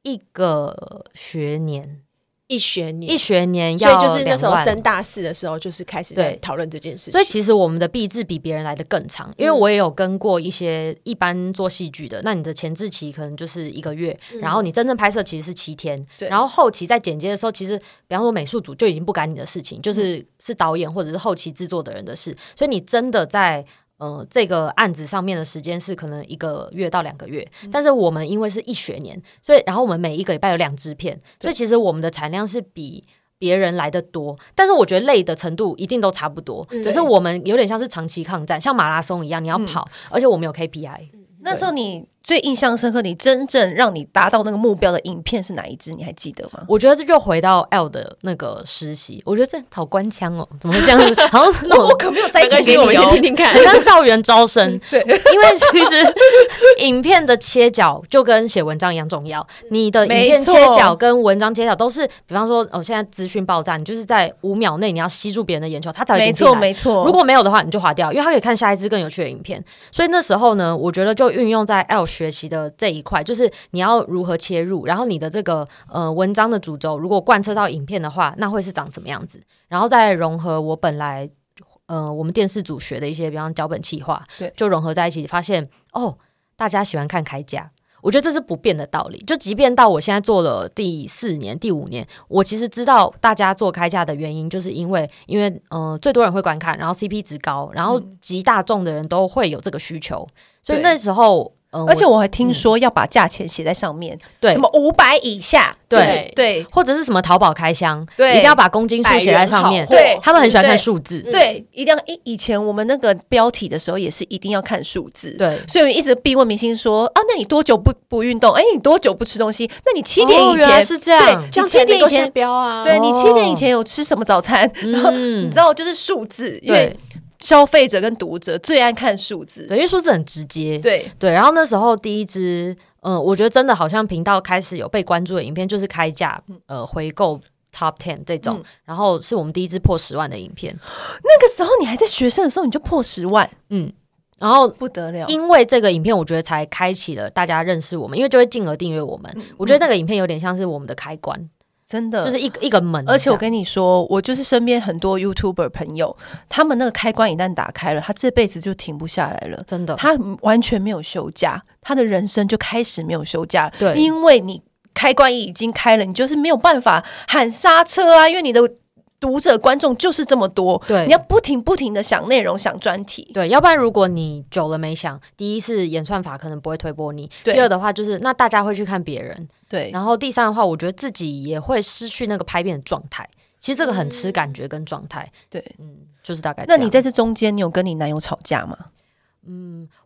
B: 一个学年，
C: 一学年，
B: 一学年
C: 嗯所
B: 要
C: 以就是那时候
B: 2万
C: 升大四的时候，就是开始在
B: 对
C: 讨论这件事情。
B: 所以其实我们的毕制比别人来的更长，因为我也有跟过一些一般做戏剧的，那你的前置期可能就是一个月，
C: 嗯
B: 然后你真正拍摄其实是七天，
A: 对
B: 然后后期在剪接的时候，其实比方说美术组就已经不干你的事情，就是是导演或者是后期制作的人的事，所以你真的在。呃，这个案子上面的时间是可能一个月到两个月，但是我们因为是一学年，所以然后我们每一个礼拜有两支片，所以其实我们的产量是比别人来的多，但是我觉得累的程度一定都差不多，
C: 嗯
B: 只是我们有点像是长期抗战，像马拉松一样，你要跑，而且我们有 KPI。
A: 那时候你最印象深刻，你真正让你达到那个目标的影片是哪一支？你还记得吗？
B: 我觉得这就回到 L 的那个实习，我觉得这好官腔哦，怎么会这样子？好像是那 种
A: 可没有
C: 没关系，我们先听听看
B: 很。像校园 招生，对，因为其实影片的切角就跟写文章一样重要。你的影
A: 没
B: 片
A: 错
B: 切角跟文章切角都是，比方说，哦，现在资讯爆炸，你就是在五秒内你要吸住别人的眼球，他才会
A: 没
B: 点进
A: 错
B: 来
A: 没错。
B: 如果没有的话，你就划掉，因为他可以看下一支更有趣的影片。所以那时候呢，我觉得就运用在 L 学习的这一块，就是你要如何切入，然后你的这个呃文章的主轴，如果贯彻到影片的话，那会是长什么样子？然后再融合我本来呃我们电视组学的一些，比方脚本企划，
A: 对
B: 就融合在一起，发现哦，大家喜欢看铠甲。我觉得这是不变的道理，就即便到我现在做了第四年、第五年，我其实知道大家做开价的原因，就是因为因为嗯、呃最多人会观看，然后 CP 值高，然后极大众的人都会有这个需求，所以
A: 嗯对
B: 那时候嗯、呃
A: 而且我还听说要把价钱写在上面，
B: 对
A: 什么五百以下，
B: 对
A: 对
B: 或者是什么淘宝开箱，
A: 对
B: 一定要把公斤数写在上面，
A: 对
B: 他们很喜欢看
A: 对嗯
B: 数字，
A: 对，一定要以以前我们那个标题的时候也是一定要看数字，
B: 对
A: 所以我一直逼问明星说啊，那你多久不不运动？哎，你多久不吃东西？那你七点
B: 哦
A: 以
B: 原来
A: 前，
B: 是这样，
A: 这样才能够下
C: 标啊
A: 对你
B: 哦
A: 七点以前有吃什么早餐？ 然后你
B: 嗯
A: 知，道，就是数字，因为
B: 对
A: 消费者跟读者最爱看数字。
B: 对，因为数字很直接，
A: 对，
B: 对，然后那时候第一支，嗯、我觉得真的好像频道开始有被关注的影片，就是开价，呃，回购 Top Ten 这种，
A: 嗯
B: 然后是我们第一支破十万的影片，
A: 那个时候你还在学生的时候，你就破十万，
B: 嗯，然后
A: 不得了。
B: 因为这个影片，我觉得才开启了大家认识我们，因为就会进而订阅我们。
A: 嗯
B: 我觉得那个影片有点像是我们的开关，
A: 真的
B: 就是一个一个门这样，
A: 呃而且我跟你说，我就是身边很多 YouTuber 朋友，他们那个开关一旦打开了，他这辈子就停不下来了。
B: 真的，
A: 他完全没有休假，他的人生就开始没有休假了。
B: 对
A: 因为你开关已经开了，你就是没有办法喊刹车啊，因为你的读者观众就是这么多，
B: 对
A: 你要不停不停的想内容、想专题。
B: 对，要不然如果你久了没想，第一是演算法可能不会推播你，
A: 对
B: 第二的话就是那大家会去看别人，
A: 对，
B: 然后第三的话，我觉得自己也会失去那个拍片的状态。其实这个很吃感觉跟状态，
A: 嗯对，
B: 嗯，就是大概这
A: 那
B: 样。
A: 你在这中间，你有跟你男友吵架吗？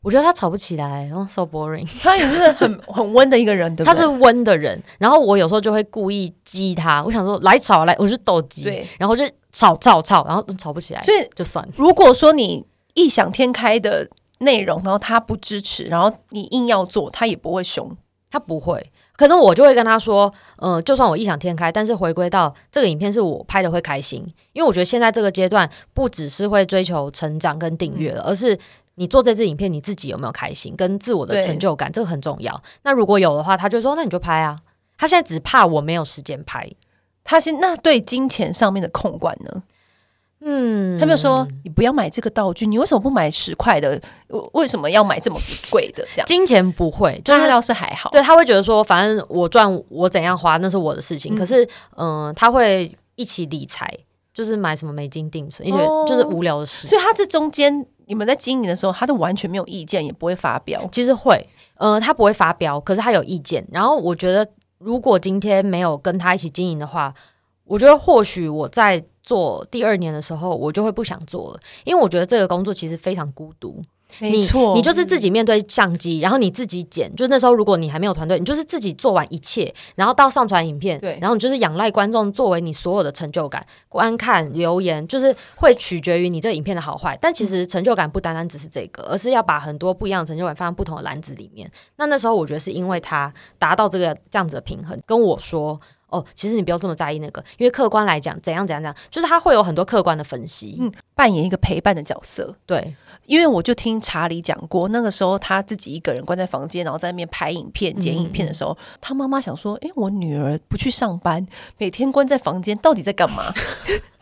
B: 我觉得他吵不起来，然、后 so boring。
A: 他也是很很温的一个人，对不
B: 他
A: 对？
B: 是温的人，然后我有时候就会故意激他，我想说来吵来，我就斗鸡，
A: 对，
B: 然后就吵吵吵，然后吵不起来，
A: 所以
B: 就算了。
A: 如果说你异想天开的内容，然后他不支持，然后你硬要做，他也不会凶。
B: 他不会，可是我就会跟他说，嗯、就算我异想天开，但是回归到这个影片是我拍的会开心，因为我觉得现在这个阶段不只是会追求成长跟订阅了，而是。你做这支影片，你自己有没有开心，跟自我的
A: 对
B: 成就感，这个很重要。那如果有的话，他就说那你就拍啊。他现在只怕我没有时间拍，
A: 他是那对金钱上面的控管呢？
B: 嗯，
A: 他没有说你不要买这个道具，你为什么不买十块的？为为什么要买这么贵的？这样，
B: 金钱不会，就
A: 那他
B: 是
A: 倒是还好。
B: 对他会觉得说，反正我赚我怎样花那是我的事情。
A: 嗯
B: 可是，嗯、他会一起理财，就是买什么美金定存，一些
A: 哦
B: 就是无聊的事。
A: 所以他这中间你们在经营的时候，他都完全没有意见，也不会发表。
B: 其实会，呃，他不会发飙，可是他有意见。然后我觉得，如果今天没有跟他一起经营的话，我觉得或许我在做第二年的时候，我就会不想做了，因为我觉得这个工作其实非常孤独。
A: 没错，
B: 你，你就是自己面对相机，然后你自己剪。就是那时候，如果你还没有团队，你就是自己做完一切，然后到上传影片，
A: 对
B: 然后你就是仰赖观众作为你所有的成就感，观看、留言，就是会取决于你这个影片的好坏。但其
A: 嗯
B: 实成就感不单单只是这个，而是要把很多不一样的成就感放在不同的篮子里面。那那时候我觉得是因为他达到这个这样子的平衡，跟我说。哦，其实你不要这么在意那个，因为客观来讲，怎样怎样怎样，就是他会有很多客观的分析。
A: 嗯扮演一个陪伴的角色。
B: 对，
A: 因为我就听查理讲过，那个时候他自己一个人关在房间，然后在那边拍影片、剪影片的
B: 嗯
A: 时候，他妈妈想说：“诶，我女儿不去上班，每天关在房间，到底在干嘛？”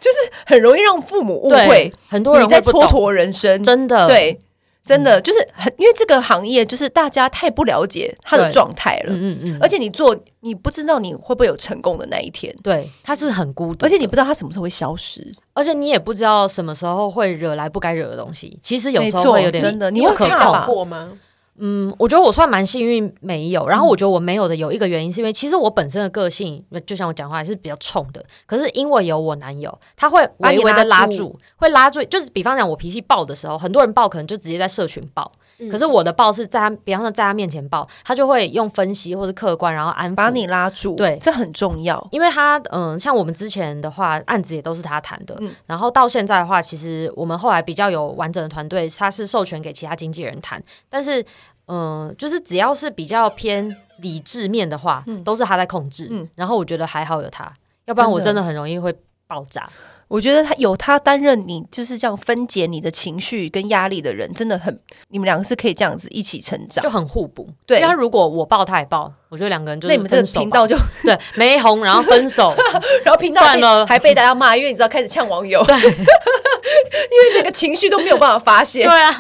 A: 就是很容易让父母误会
B: 对，，很多人
A: 你在
B: 会不
A: 蹉
B: 懂，
A: 跎人生。
B: 真的，
A: 对，真的、就是很，因为这个行业就是大家太不了解他的
B: 对
A: 状态了，
B: 嗯嗯嗯，
A: 而且你做，你不知道你会不会有成功的那一天，
B: 对，他是很孤独的，
A: 而且你不知道他什么时候会消失。
B: 而且你也不知道什么时候会惹来不该惹的东西。其实有时
A: 没错
B: 候会有点
A: 真的你
B: 不
A: 会
B: 可
A: 怕
B: 控
A: 吧
C: 过吗？
B: 嗯，我觉得我算蛮幸运，没有。然后我
A: 嗯
B: 觉得我没有的有一个原因，是因为其实我本身的个性，就像我讲话也是比较冲的。可是因为有我男友，他会
C: 把你
B: 微微的
C: 拉
B: 拉
C: 住
B: 住，会拉住。就是比方讲，我脾气爆的时候，很多人爆可能就直接在社群爆，
C: 嗯
B: 可是我的爆是在他，比方说在他面前爆，他就会用分析或是客观，然后安抚
A: 把你拉住，
B: 对
A: 这很重要。
B: 因为他嗯，像我们之前的话，案子也都是他谈的，
A: 嗯
B: 然后到现在的话，其实我们后来比较有完整的团队，他是授权给其他经纪人谈，但是嗯，就是只要是比较偏理智面的话，都是他在控制。
A: 嗯
B: 然后我觉得还好有他，要不然我
A: 真
B: 真
A: 的
B: 的很容易会爆炸。
A: 我觉得他有他担任你就是这样分解你的情绪跟压力的人，真的很，你们两个是可以这样子一起成长
B: 就。很互补，
A: 对
B: 因为他如果我爆，他也爆，我觉得两个人就是
A: 那你们这个
B: 分手
A: 频
B: 吧
A: 道就，
B: 对没红，然后分手，
A: 然后频道
B: 算了
A: 被还被大家骂，因为你知道开始呛网 友，因为那个情绪都没有办法发泄
B: 对。啊，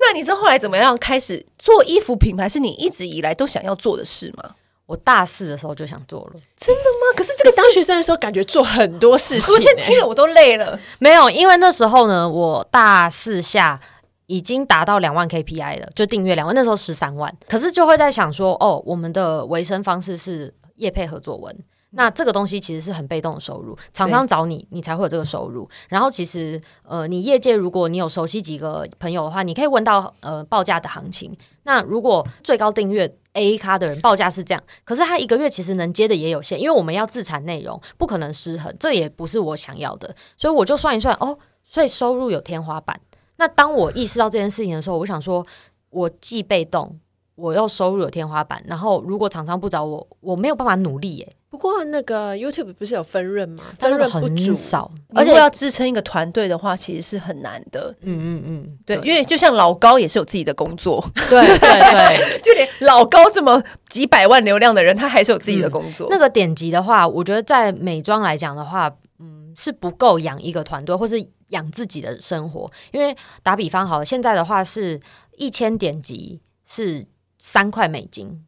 A: 那你是后来怎么样开始做衣服品牌？是你一直以来都想要做的事吗？
B: 我大四的时候就想做了。
A: 妈，可是这
C: 这
A: 个哎
C: 个当
A: 事情
C: 学生的时候，感觉做很多事情、欸
A: 我现在听了我都累了。
B: 没有，因为那时候呢，我大四下已经达到两万 KPI 了，就订阅两万，那时候十三万。可是就会在想说，哦，我们的维生方式是业配合作文。那这个东西其实是很被动的收入，厂商找你，你才会有这个收入。然后其实，呃，你业界如果你有熟悉几个朋友的话，你可以问到呃报价的行情。那如果最高订阅 A 咖的人报价是这样，可是他一个月其实能接的也有限，因为我们要自产内容，不可能失衡，这也不是我想要的。所以我就算一算，哦，所以收入有天花板。那当我意识到这件事情的时候，我想说，我既被动，我又收入有天花板，然后如果厂商不找我，我没有办法努力耶、
C: 不过那个 YouTube 不是有分润吗？
B: 但
C: 分
B: 是
C: 润不
B: 很
C: 足，
B: 少，
A: 而
B: 而
A: 且
B: 且，
A: 要支撑一个团队的话，其实是很难的。
B: 嗯嗯嗯，
A: 对，
B: 对
A: 因为就 像老高也是有自己的工作，
B: 对对，
A: 就连老高这么几百万流量的人，他还是有自己的工作。
B: 那个点击的话，我觉得在美妆来讲的话，嗯，是不够养一个团队，或是养自己的生活。因为打比方好了，现在的话是一千点击是三块美金。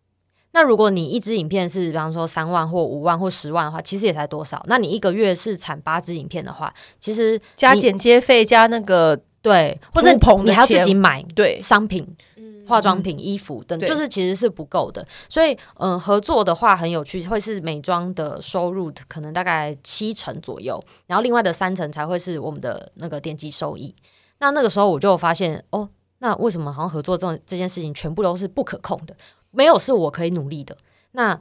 B: 那如果你一支影片是，比方说三万或五万或十万的话，其实也才多少？那你一个月是产八支影片的话，其实
A: 加
B: 你
A: 剪接费，加那个
B: 对，或者
A: 租棚的
B: 你还要
A: 钱
B: 自己买
A: 对，
B: 商品，
C: 嗯
B: 化妆品、衣服等，
A: 对
B: 就是其实是不够的。所以，嗯，合作的话很有趣，会是美妆的收入可能大概七成左右，然后另外的三成才会是我们的那个点击收益。那那个时候我就发现，哦，那为什么好像合作这种这件事情全部都是不可控的，没有是我可以努力的。那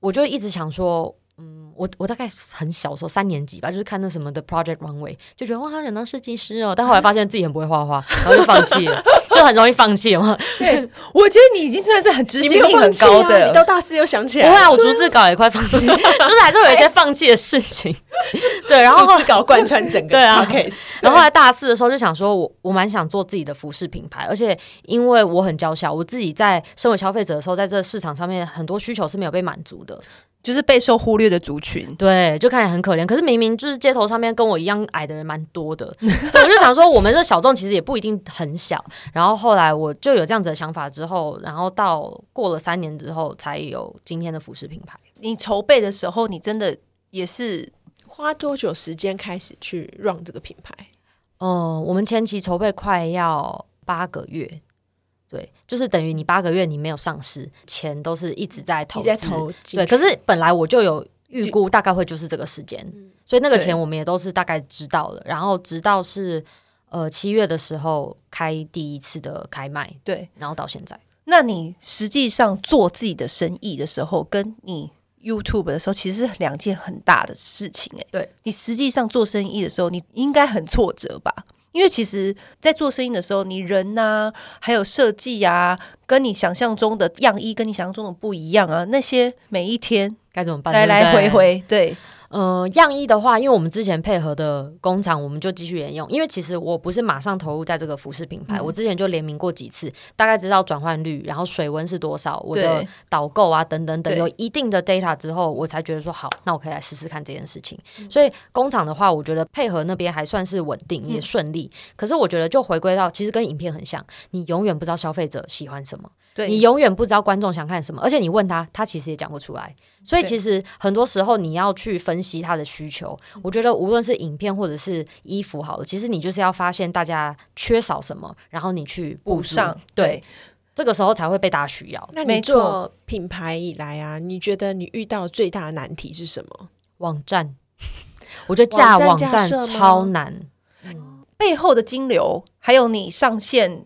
B: 我就一直想说。嗯，我我大概很小的时候，三年级吧，就是看那什么的 Project Runway，就觉得哇，他想当设计师哦，但后来发现自己很不会画画，然后就放弃了， 就很容易放弃嘛。
A: 对， 我觉得你已经算是很执
C: 你
A: 行
C: 没有
A: 力
C: 放
A: 很
C: 弃
A: 高
C: 啊，
A: 的
C: 你。到大四又想起来
B: 不会
C: 了，
B: 啊，我逐字稿也快放 弃，就是还是会有一些放弃的事情。
C: 哎
B: 对，然后
C: 逐字稿 贯穿整个
B: 对啊
C: podcast。
B: 然后后来大四的时候就想说我，我蛮想做自己的服饰品牌，而且因为我很娇小，我自己在身为消费者的时候，在这个市场上面很多需求是没有被满足的。
A: 就是备受忽略的族群，
B: 对，就看起来很可怜。可是明明就是街头上面跟我一样矮的人蛮多 的，对我就想说，我们这小众其实也不一定很小。然后后来我就有这样子的想法之后，然后到过了三年之后，才有今天的服饰品牌。
A: 你筹备的时候，你真的也是
C: 花多久时间开始去 run 这个品牌？
B: 嗯，我们前期筹备快要八个月，对，就是等于你八个月你没有上市，钱都是一直在投
C: 你
B: 资，
C: 在投进
B: 对。
C: 去
B: 可是本来我就有预估，大概会就是这个时间，所以那个
A: 对
B: 钱我们也都是大概知道了。然后直到是呃七月的时候开第一次的开卖，
A: 对。
B: 然后到现在，
A: 那你实际上做自己的生意的时候，跟你 YouTube 的时候，其实是两件很大的事情、欸。
B: 对
A: 你实际上做生意的时候，你应该很挫折吧？因为其实，在做生意的时候，你人呐、还有设计啊，跟你想象中的样衣，跟你想象中的不一样啊。那些每一天
B: 该怎么办？
A: 来
B: 对不
A: 来回
B: 对
A: 回，对，
B: 呃，样衣的话，因为我们之前配合的工厂，我们就继续沿用。因为其实我不是马上投入在这个服饰品牌，
A: 嗯
B: 我之前就联名过几次，大概知道转换率，然后水温是多少，我的
A: 对
B: 导购啊等等等，
A: 对
B: 有一定的 data 之后，我才觉得说好，那我可以来试试看这件事情。
A: 嗯
B: 所以工厂的话，我觉得配合那边还算是稳定，也
A: 嗯
B: 顺利。可是我觉得就回归到，其实跟影片很像，你永远不知道消费者喜欢什么。
A: 对
B: 你永远不知道观众想看什么，而且你问他，他其实也讲不出来。所以
A: 对
B: 其实很多时候你要去分析他的需求。
C: 嗯
B: 我觉得无论是影片或者是衣服好了，其实你就是要发现大家缺少什么，然后你去
A: 补
B: 足
A: 上。
B: 对，这个时候才会被大家需要。
C: 那你
A: 没错
C: 做品牌以来啊，你觉得你遇到最大的难题是什么？
B: 网站，我觉得架
C: 网
B: 网
C: 站
B: 站
C: 架设吗
B: 超难。
A: 背后的金流，还有你上线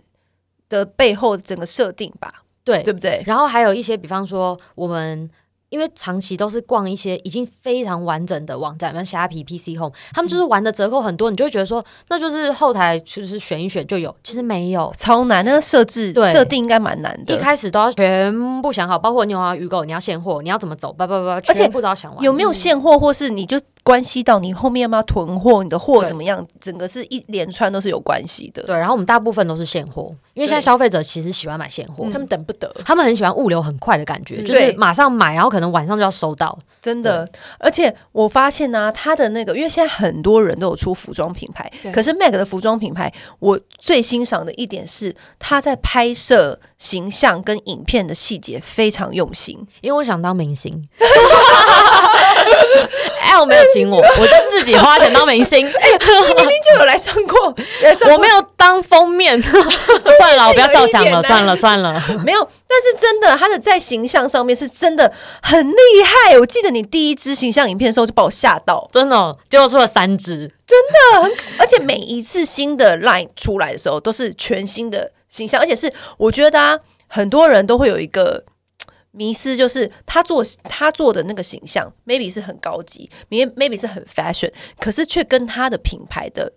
A: 的背后整个设定吧，
B: 对
A: 对不对？
B: 然后还有一些，比方说我们。因为长期都是逛一些已经非常完整的网站，像虾皮、PC Home，他们就是
A: 嗯
B: 玩的折扣很多，你就会觉得说，那就是后台就是选一选就有，其实没有，
A: 超难，那个设置
B: 对
A: 设定应该蛮难
B: 一
A: 的。
B: 开始都要全部想好，包括你有要预购，你要现货，你要怎么走，叭叭叭，
A: 且
B: 全部都要想完。嗯
A: 有没有现货，或是你就关系到你后面要不要囤货，你的货怎么样，整个是一连串都是有关系的。
B: 对，然后我们大部分都是现货，因为现在
C: 对
B: 消费者其实喜欢买现货，
C: 他们等不得，
B: 他们很喜欢物流很快的感觉，
C: 嗯
B: 就
A: 嗯
B: 是
A: 对
B: 马上买，然后可能晚上就要收到。
A: 真的，而且我发现呢、他的那个，因为现在很多人都有出服装品牌
C: 对，
A: 可是 MAC 的服装品牌，我最欣赏的一点是，他在拍摄形象跟影片的细节非常用 心。
B: 因为我想当明星，哎，我没有请我，我就自己花钱当 明星，
A: 你明明就有来上过，来上过
B: 我没有当封面。 算了，我不要笑想
A: 有一点难
B: 了，算了算了。
A: 没有，但是真的，他的在形象上面是真的很厉害。我记得你第一支形象影片的时候就把我吓到，
B: 真的哦、结果出了三只，
A: 而且每一次新的 line 出来的时候都是全新的形象，而且是我觉得大家很多人都会有一个。迷思就是他做他做的那个形象，maybe 是很高级，may-，maybe 是很 fashion，可是却跟他的品牌的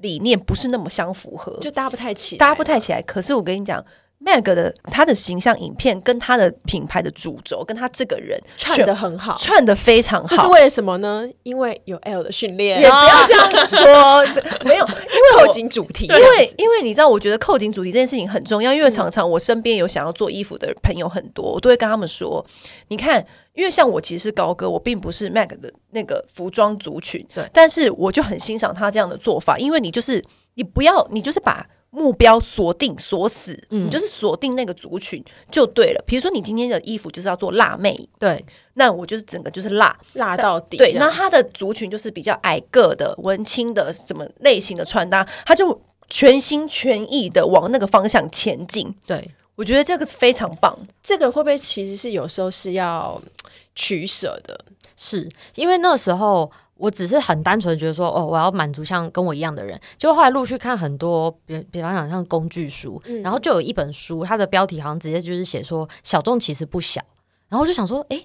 A: 理念不是那么相符合，
C: 就搭不太起来，
A: 搭不太起来。可是我跟你讲，Mag 的他的形象影片跟他的品牌的主轴，跟他这个人
C: 串
A: 全
C: 的很好。
A: 串的非常好。
C: 这是为了什啊么呢？因为有 L 的训练，
A: 也不要这样说， 没有，因为我
C: 扣紧主题，
A: 因为因为你知道，我觉得扣紧主题这件事情很重要，
B: 嗯
A: 因为常常我身边有想要做衣服的朋友很多，我都会跟他们说，你看，因为像我其实是高歌，我并不是 Mac 的那个服装族群，
B: 对
A: 但是我就很欣赏他这样的做法，因为你就是你不要，你就是把。目标锁定锁死，
B: 嗯
A: 你就是锁定那个族群就对了。比如说，你今天的衣服就是要做辣妹，
B: 对，
A: 那我就是整个就是辣，
C: 辣到底。
A: 对，
C: 这
A: 那
C: 样
A: 他的族群就是比较矮个的、文青的，什么类型的穿搭，他就全心全意的往那个方向前进。
B: 对，
A: 我觉得这个非常棒，
C: 这个会不会其实是有时候是要嗯取舍的？
B: 是因为那时候我只是很单纯地觉得说，哦，我要满足像跟我一样的人。结果后来陆续看很多，比比方讲像工具书，
C: 嗯
B: 然后就有一本书，它的标题好像直接就是写说小众其实不小。然后我就想说，诶，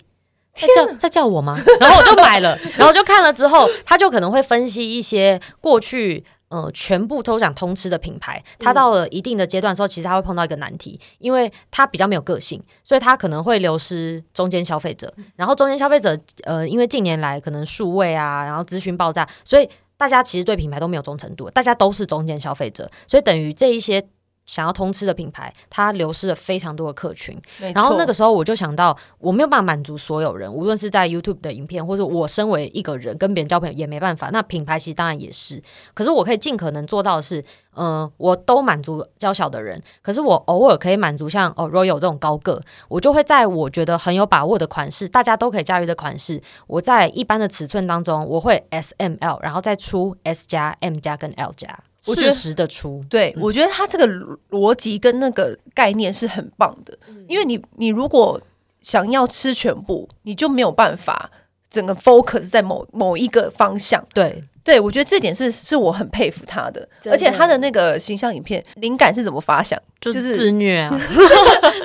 B: 在叫在叫我吗？然后我就买了，然后就看了之后，他就可能会分析一些过去。呃，全部都想通吃的品牌，它到了一定的阶段的时候，其实它会碰到一个难题，因为它比较没有个性，所以它可能会流失中间消费者。然后中间消费者，呃，因为近年来可能数位啊，然后资讯爆炸，所以大家其实对品牌都没有忠诚度，大家都是中间消费者，所以等于这一些想要通吃的品牌，它流失了非常多的客群。然后那
C: 嗯
B: 个时候我就想到，我没有办法满足所有人，无论是在 YouTube 的影片，或者我身为一个人跟别人交朋友也没办法。那品牌其实当然也是，可是我可以尽可能做到的是，嗯、我都满足娇小的人，可是我偶尔可以满足像哦 Royal 这种高个，我就会在我觉得很有把握的款式，大家都可以驾驭的款式，我在一般的尺寸当中，我会 S M L，然后再出 S 加 M 加跟 L 加，
A: 我觉得
B: 适时的出。
A: 对、我觉得他这个逻逻辑跟那个概念是很棒的，
C: 嗯
A: 因为你你如果想要吃全部，你就没有办法整个 focus 在某某一个方向。
B: 对，
A: 对，我觉得这点是是我很佩服他的，
C: 真的
A: 而且他的那个形象影片灵感是怎么发想？
B: 就
A: 就是
B: 是自虐啊，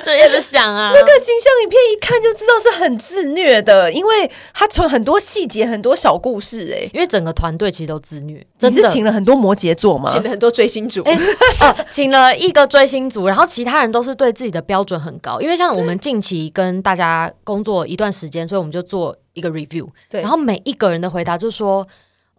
B: 就一直想啊。
A: 这形象影片一看就知道是很自虐的，因为他存很多细节、很多小故事、欸。
B: 因为整个团队其实都自虐，
A: 你
B: 真
A: 是
B: 的
A: 请了很多摩羯座吗？
C: 请了很多追星族，
B: 哎呃请了一个追星族，然后其他人都是对自己的标准很高。因为像我们近期跟大家工作一段时间，所以我们就做一个 review，
A: 对
B: 然后每一个人的回答就是说。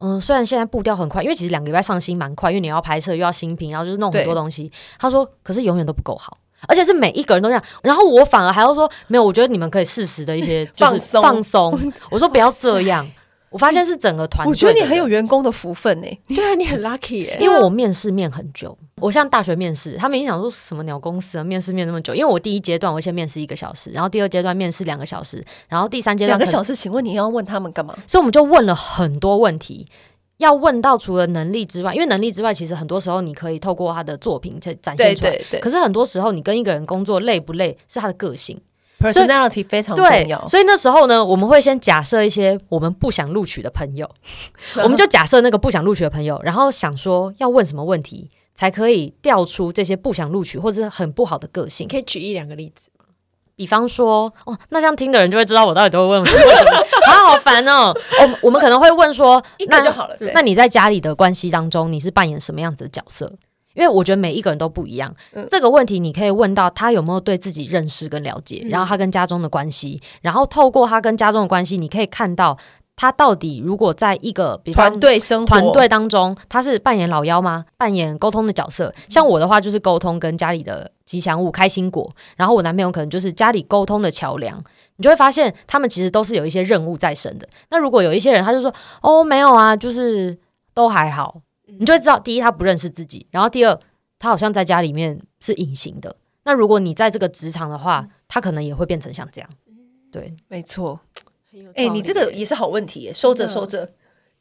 B: 嗯，虽然现在步调很快，因为其实两个礼拜上新蛮快，因为你要拍摄又要新品，然后就是弄很多
A: 对
B: 东西。他说，可是永远都不够好，而且是每一个人都这样。然后我反而还要说，没有，我觉得你们可以适时的一些就
A: 放
B: 是
A: 松
B: 放松。我说不要这样。我发现是整个团队，
A: 我觉得你很有员工的福分呢、欸。
C: 对啊，你很 lucky 哎，
B: 因为我面试面很久，我像大学面试，他们一想说什么鸟公司啊，面试面那么久。因为我第一阶段我先面试一个小时，然后第二阶段面试两个小时，然后第三阶段
A: 两个
B: 可能，
A: 小时，请问你要问他们干嘛？
B: 所以我们就问了很多问题。要问到除了能力之外，因为能力之外，其实很多时候你可以透过他的作品去展现
A: 对
B: 出来。
A: 对对
B: 可是很多时候，你跟一个人工作累不累，是他的个性。
A: ，personality 非常重
B: 对
A: 要，。
B: 所以那时候呢，我们会先假设一些我们不想录取的朋友，我们就假设那个不想录取的朋友，然后想说要问什么问题才可以调出这些不想录取或者是很不好的个性
C: 你。可以举一两个例 子。
B: 比方说，哦，那这样听的人就会知道我到底都会问什么问题，啊，好烦 哦。我我们可能会问说，
A: 一个
B: 那
A: 就好了。对
B: 那你在家里的关系当中，你是扮演什么样子的角色？因为我觉得每一个人都不一样，
A: 嗯
B: 这个问题你可以问到他有没有对自己认识跟了解，
A: 嗯
B: 然后他跟家中的关系，然后透过他跟家中的关系，你可以看到他到底如果在一个比方
A: 团队生活，
B: 团队当中，他是扮演老幺吗？扮演沟通的角色。像我的话，就是沟通跟家里的吉祥物开心果，然后我男朋友可能就是家里沟通的桥梁。你就会发现，他们其实都是有一些任务在身的。那如果有一些人，他就说：“哦，没有啊，就是都还好。”你就会知道，第一他不认识自己，然后第二他好像在家里面是隐形的。那如果你在这个职场的话，他可能也会变成像这样。对，
A: 没错。
C: 很有道
A: 哎、
C: 理
A: 你这个也是好问题耶，收着
C: 真的
A: 收着。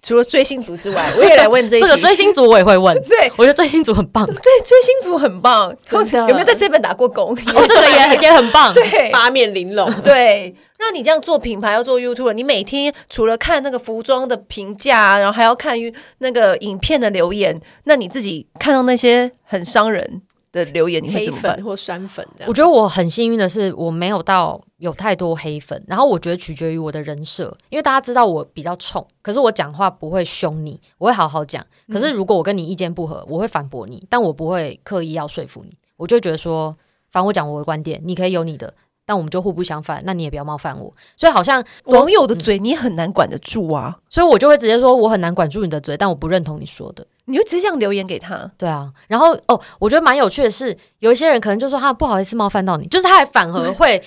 A: 除了追星族之外，我也来问这一
B: 这个
A: 题
B: 追星族我也会问，
A: 对
B: 我觉得追星族很 棒，
A: 对追星族很棒，
C: 真的
A: 有没有在 seven 打过工？
B: 哦，这个 也也很棒。
A: 对
C: 八面玲 珑，
A: 对，让你这样做品牌要做 YouTube，你每天除了看那个服装的评价啊，然后还要看那个影片的留言，那你自己看到那些很伤人的留言，你会
C: 黑
A: 怎么办
C: 粉？或酸粉这样
B: 我觉得我很幸运的是，我没有到有太多黑粉。然后我觉得取决于我的人设，因为大家知道我比较冲，可是我讲话不会凶你，我会好好讲。可是如果我跟你意见不合，我会反驳你，但我不会刻意要说服你。我就会觉得说，反正我讲我的观点，你可以有你的，但我们就互不相犯，那你也不要冒犯我。所以好像多
A: 网友的嘴你也很难管得住啊，
B: 所以我就会直接说，我很难管住你的嘴，但我不认同你说的。
A: 你就直接这样留言给他，
B: 对啊，然后哦，我觉得蛮有趣的是，有一些人可能就说哈啊不好意思冒犯到你，就是他还反而会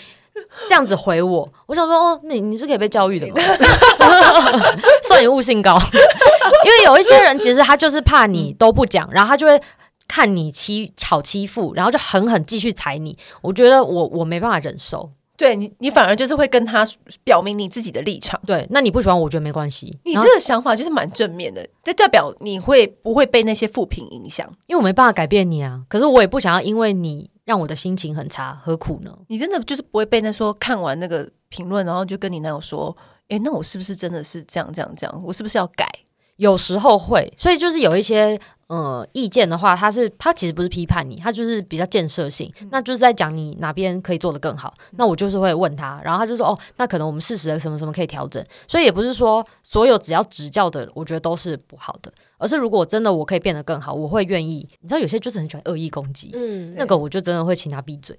B: 这样子回我。我想说哦，你你是可以被教育的吗？ 算你悟性高， 因为有一些人其实他就是怕你都不讲，然后他就会。看你欺好欺负，然后就狠狠继续踩你，我觉得我我没办法忍受。
A: 对你，你反而就是会跟他表明你自己的立场。
B: 对，那你不喜欢我觉得没关系，
A: 你
B: 然
A: 这
B: 后
A: 个想法就是蛮正面的，这代表你会不会被那些负评影响？
B: 因为我没办法改变你啊，可是我也不想要因为你让我的心情很差，何苦呢？
A: 你真的就是不会被那说看完那个评论，然后就跟你男友说：“诶，那我是不是真的是这样这样这样？我是不是要改
B: 有时候会，所以就是有一些呃意见的话，它是它其实不是批判你，它就是比较建设性，那就是在讲你哪边可以做得更好。那我就是会问他，然后他就说哦，那可能我们适时的什么什么可以调整。所以也不是说所有只要指教的，我觉得都是不好的，而是如果真的我可以变得更好，我会愿意。你知道有些就是很喜欢恶意攻击。
C: 嗯
B: 那个我就真的会请他闭嘴，？”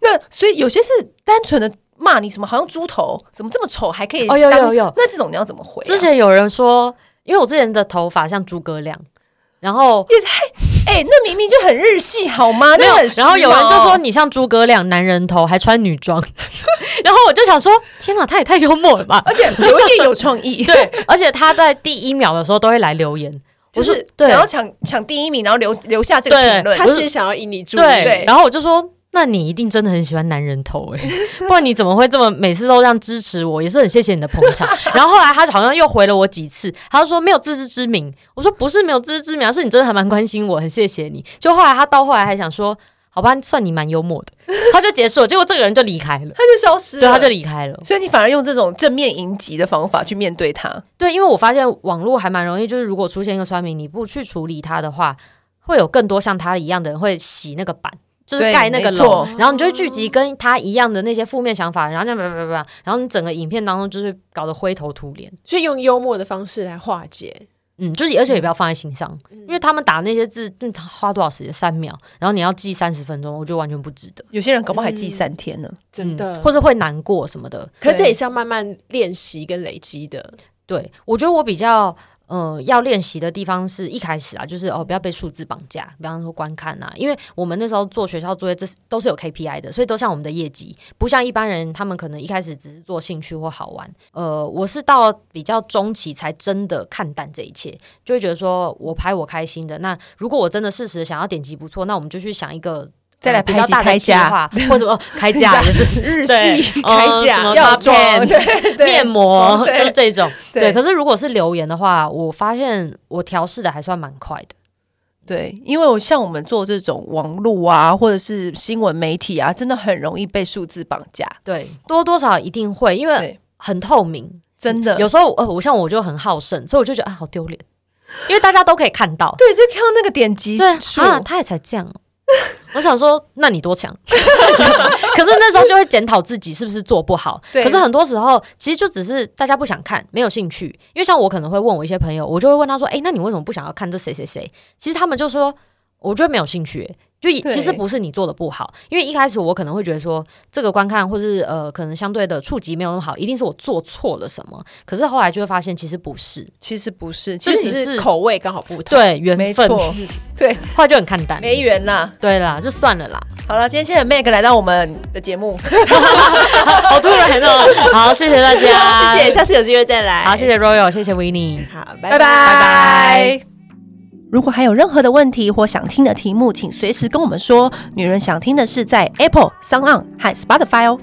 A: 那所以有些是单纯的骂你什么，好像猪头，怎么这么丑，还可以
B: 哦有
A: 当
B: 有有
A: 那这种你要怎么回、啊？
B: 之前有人说，因为我之前的头发像诸葛亮，然后
A: 哎、那明明就很日系好吗？
B: 没有
A: 那很，
B: 然后有人
A: 时髦
B: 就说你像诸葛亮男人头，还穿女装， 然后我就想说，天哪，他也太幽默了 吧！
A: 而且留言有创意，
B: 对，而且他在第一秒的时候都会来留言，
A: 就
B: 我
A: 是
B: 说对
A: 想要抢抢第一名，然后留留下这个
B: 对
A: 评论
C: 他。
B: 不是
C: 是想要引你注意，
A: 对
B: 然后我就说。那你一定真的很喜欢男人 头哎、不然你怎么会这么每次都这样支持我？也是很谢谢你的捧 场。然后后来他好像又回了我几次，他就说没有自知之明。我说不是没有自知之明啊，而是你真的还蛮关心我，很谢谢你。就后来他到后来还想说，好吧，算你蛮幽默的，他就结束了。结果这个人就离开了，
A: 他就消失了，
B: 对，他就离开了。
A: 所以你反而用这种正面迎击的方法去面对他，
B: 对，因为我发现网络还蛮容易，就是如果出现一个酸民，你不去处理它的话，会有更多像他一样的人会洗那个板，就是
A: 对
B: 盖那个
A: 没
C: 哦嗯
B: 楼
A: 错，
B: 然后你就会聚集跟他一样的那些负面想法，然后这样叭叭叭叭，然后你整个影片当中就是搞得灰头土脸。
C: 所以用幽默的方式来化解，
B: 嗯，就是而且也不要放在心上，因为他们打那些字，嗯，他花多少时间？三秒，然后你要记三十分钟，我觉得完全不值得。
A: 有些人搞不好还记三天呢。
C: 真的，
B: 嗯或者会难过什么的。
C: 可是这也是要慢慢练习跟累积的，
B: 对，我觉得我比较呃要练习的地方是一开始啊，就是哦不要被数字绑架，比方说观看啊，因为我们那时候做学校作业，这是都是有 KPI 的，所以都像我们的业绩，不像一般人他们可能一开始只是做兴趣或好玩。呃，我是到比较中期才真的看淡这一切，就会觉得说我拍我开心的，那如果我真的事实想要点击不错，那我们就去想一个。呃
A: 再来
B: 比
A: 排
B: 较
A: 挤
B: 大的
A: 开
B: 计
A: 价
B: 划，或者说开 价也是
C: 日
B: 对
C: 系
B: 嗯
C: 开
B: 什
C: 价
B: 么
A: 药
B: Top
A: 妆
B: Ten
A: 对对
B: 面膜
A: 嗯，对
B: 就是这种。
A: 对
B: 对，可是如果是留言的话，我发现我调试的还算蛮快的。
A: 对，因为我像我们做这种网络啊，或者是新闻媒体啊，真的很容易被数字绑架，
B: 对，多多少少一定会，因为
A: 对
B: 很透明。
A: 真的。
B: 有时候呃，我像我就很好胜，所以我就觉得啊，好丢脸，因为大家都可以看到。
A: 对，就看到那个点击
B: 对
A: 数，
B: 啊，他也才这样哦。 我想说，那你多强？ 可是那时候就会检讨自己是不是做不好。
A: 对
B: 可是很多时候，其实就只是大家不想看，没有兴趣。因为像我可能会问我一些朋友，我就会问他说：“哎、那你为什么不想要看这谁谁谁？”其实他们就说：“我觉得没有兴趣、就
A: 对
B: 其实不是你做的不好，因为一开始我可能会觉得说这个观看或是呃可能相对的触及没有那么好，一定是我做错了什么。可是后来就会发现其实不是，
A: 其实不是，其
C: 就
A: 实
B: 只
C: 只
B: 是
C: 是口味刚好不同。
B: 对缘
A: 没
B: 分，
A: 错，对，
B: 后来就很看淡。
A: 没缘啦。
B: 对啦，就算了啦。
A: 好了，今天谢谢 Meg 来到我们的节目，
B: 好突然哦！好，谢谢大家，
C: 谢谢，。下次有机会再来。
B: 好，谢，谢 Royal，谢谢 w i n n i e
C: 好，
A: 拜
C: 拜
A: 拜
C: 拜。
B: 拜。
A: 如果还有任何的问题或想听的题目，请随时跟我们说。女人想听的是在 Apple、s o n 和 Spotify 哦。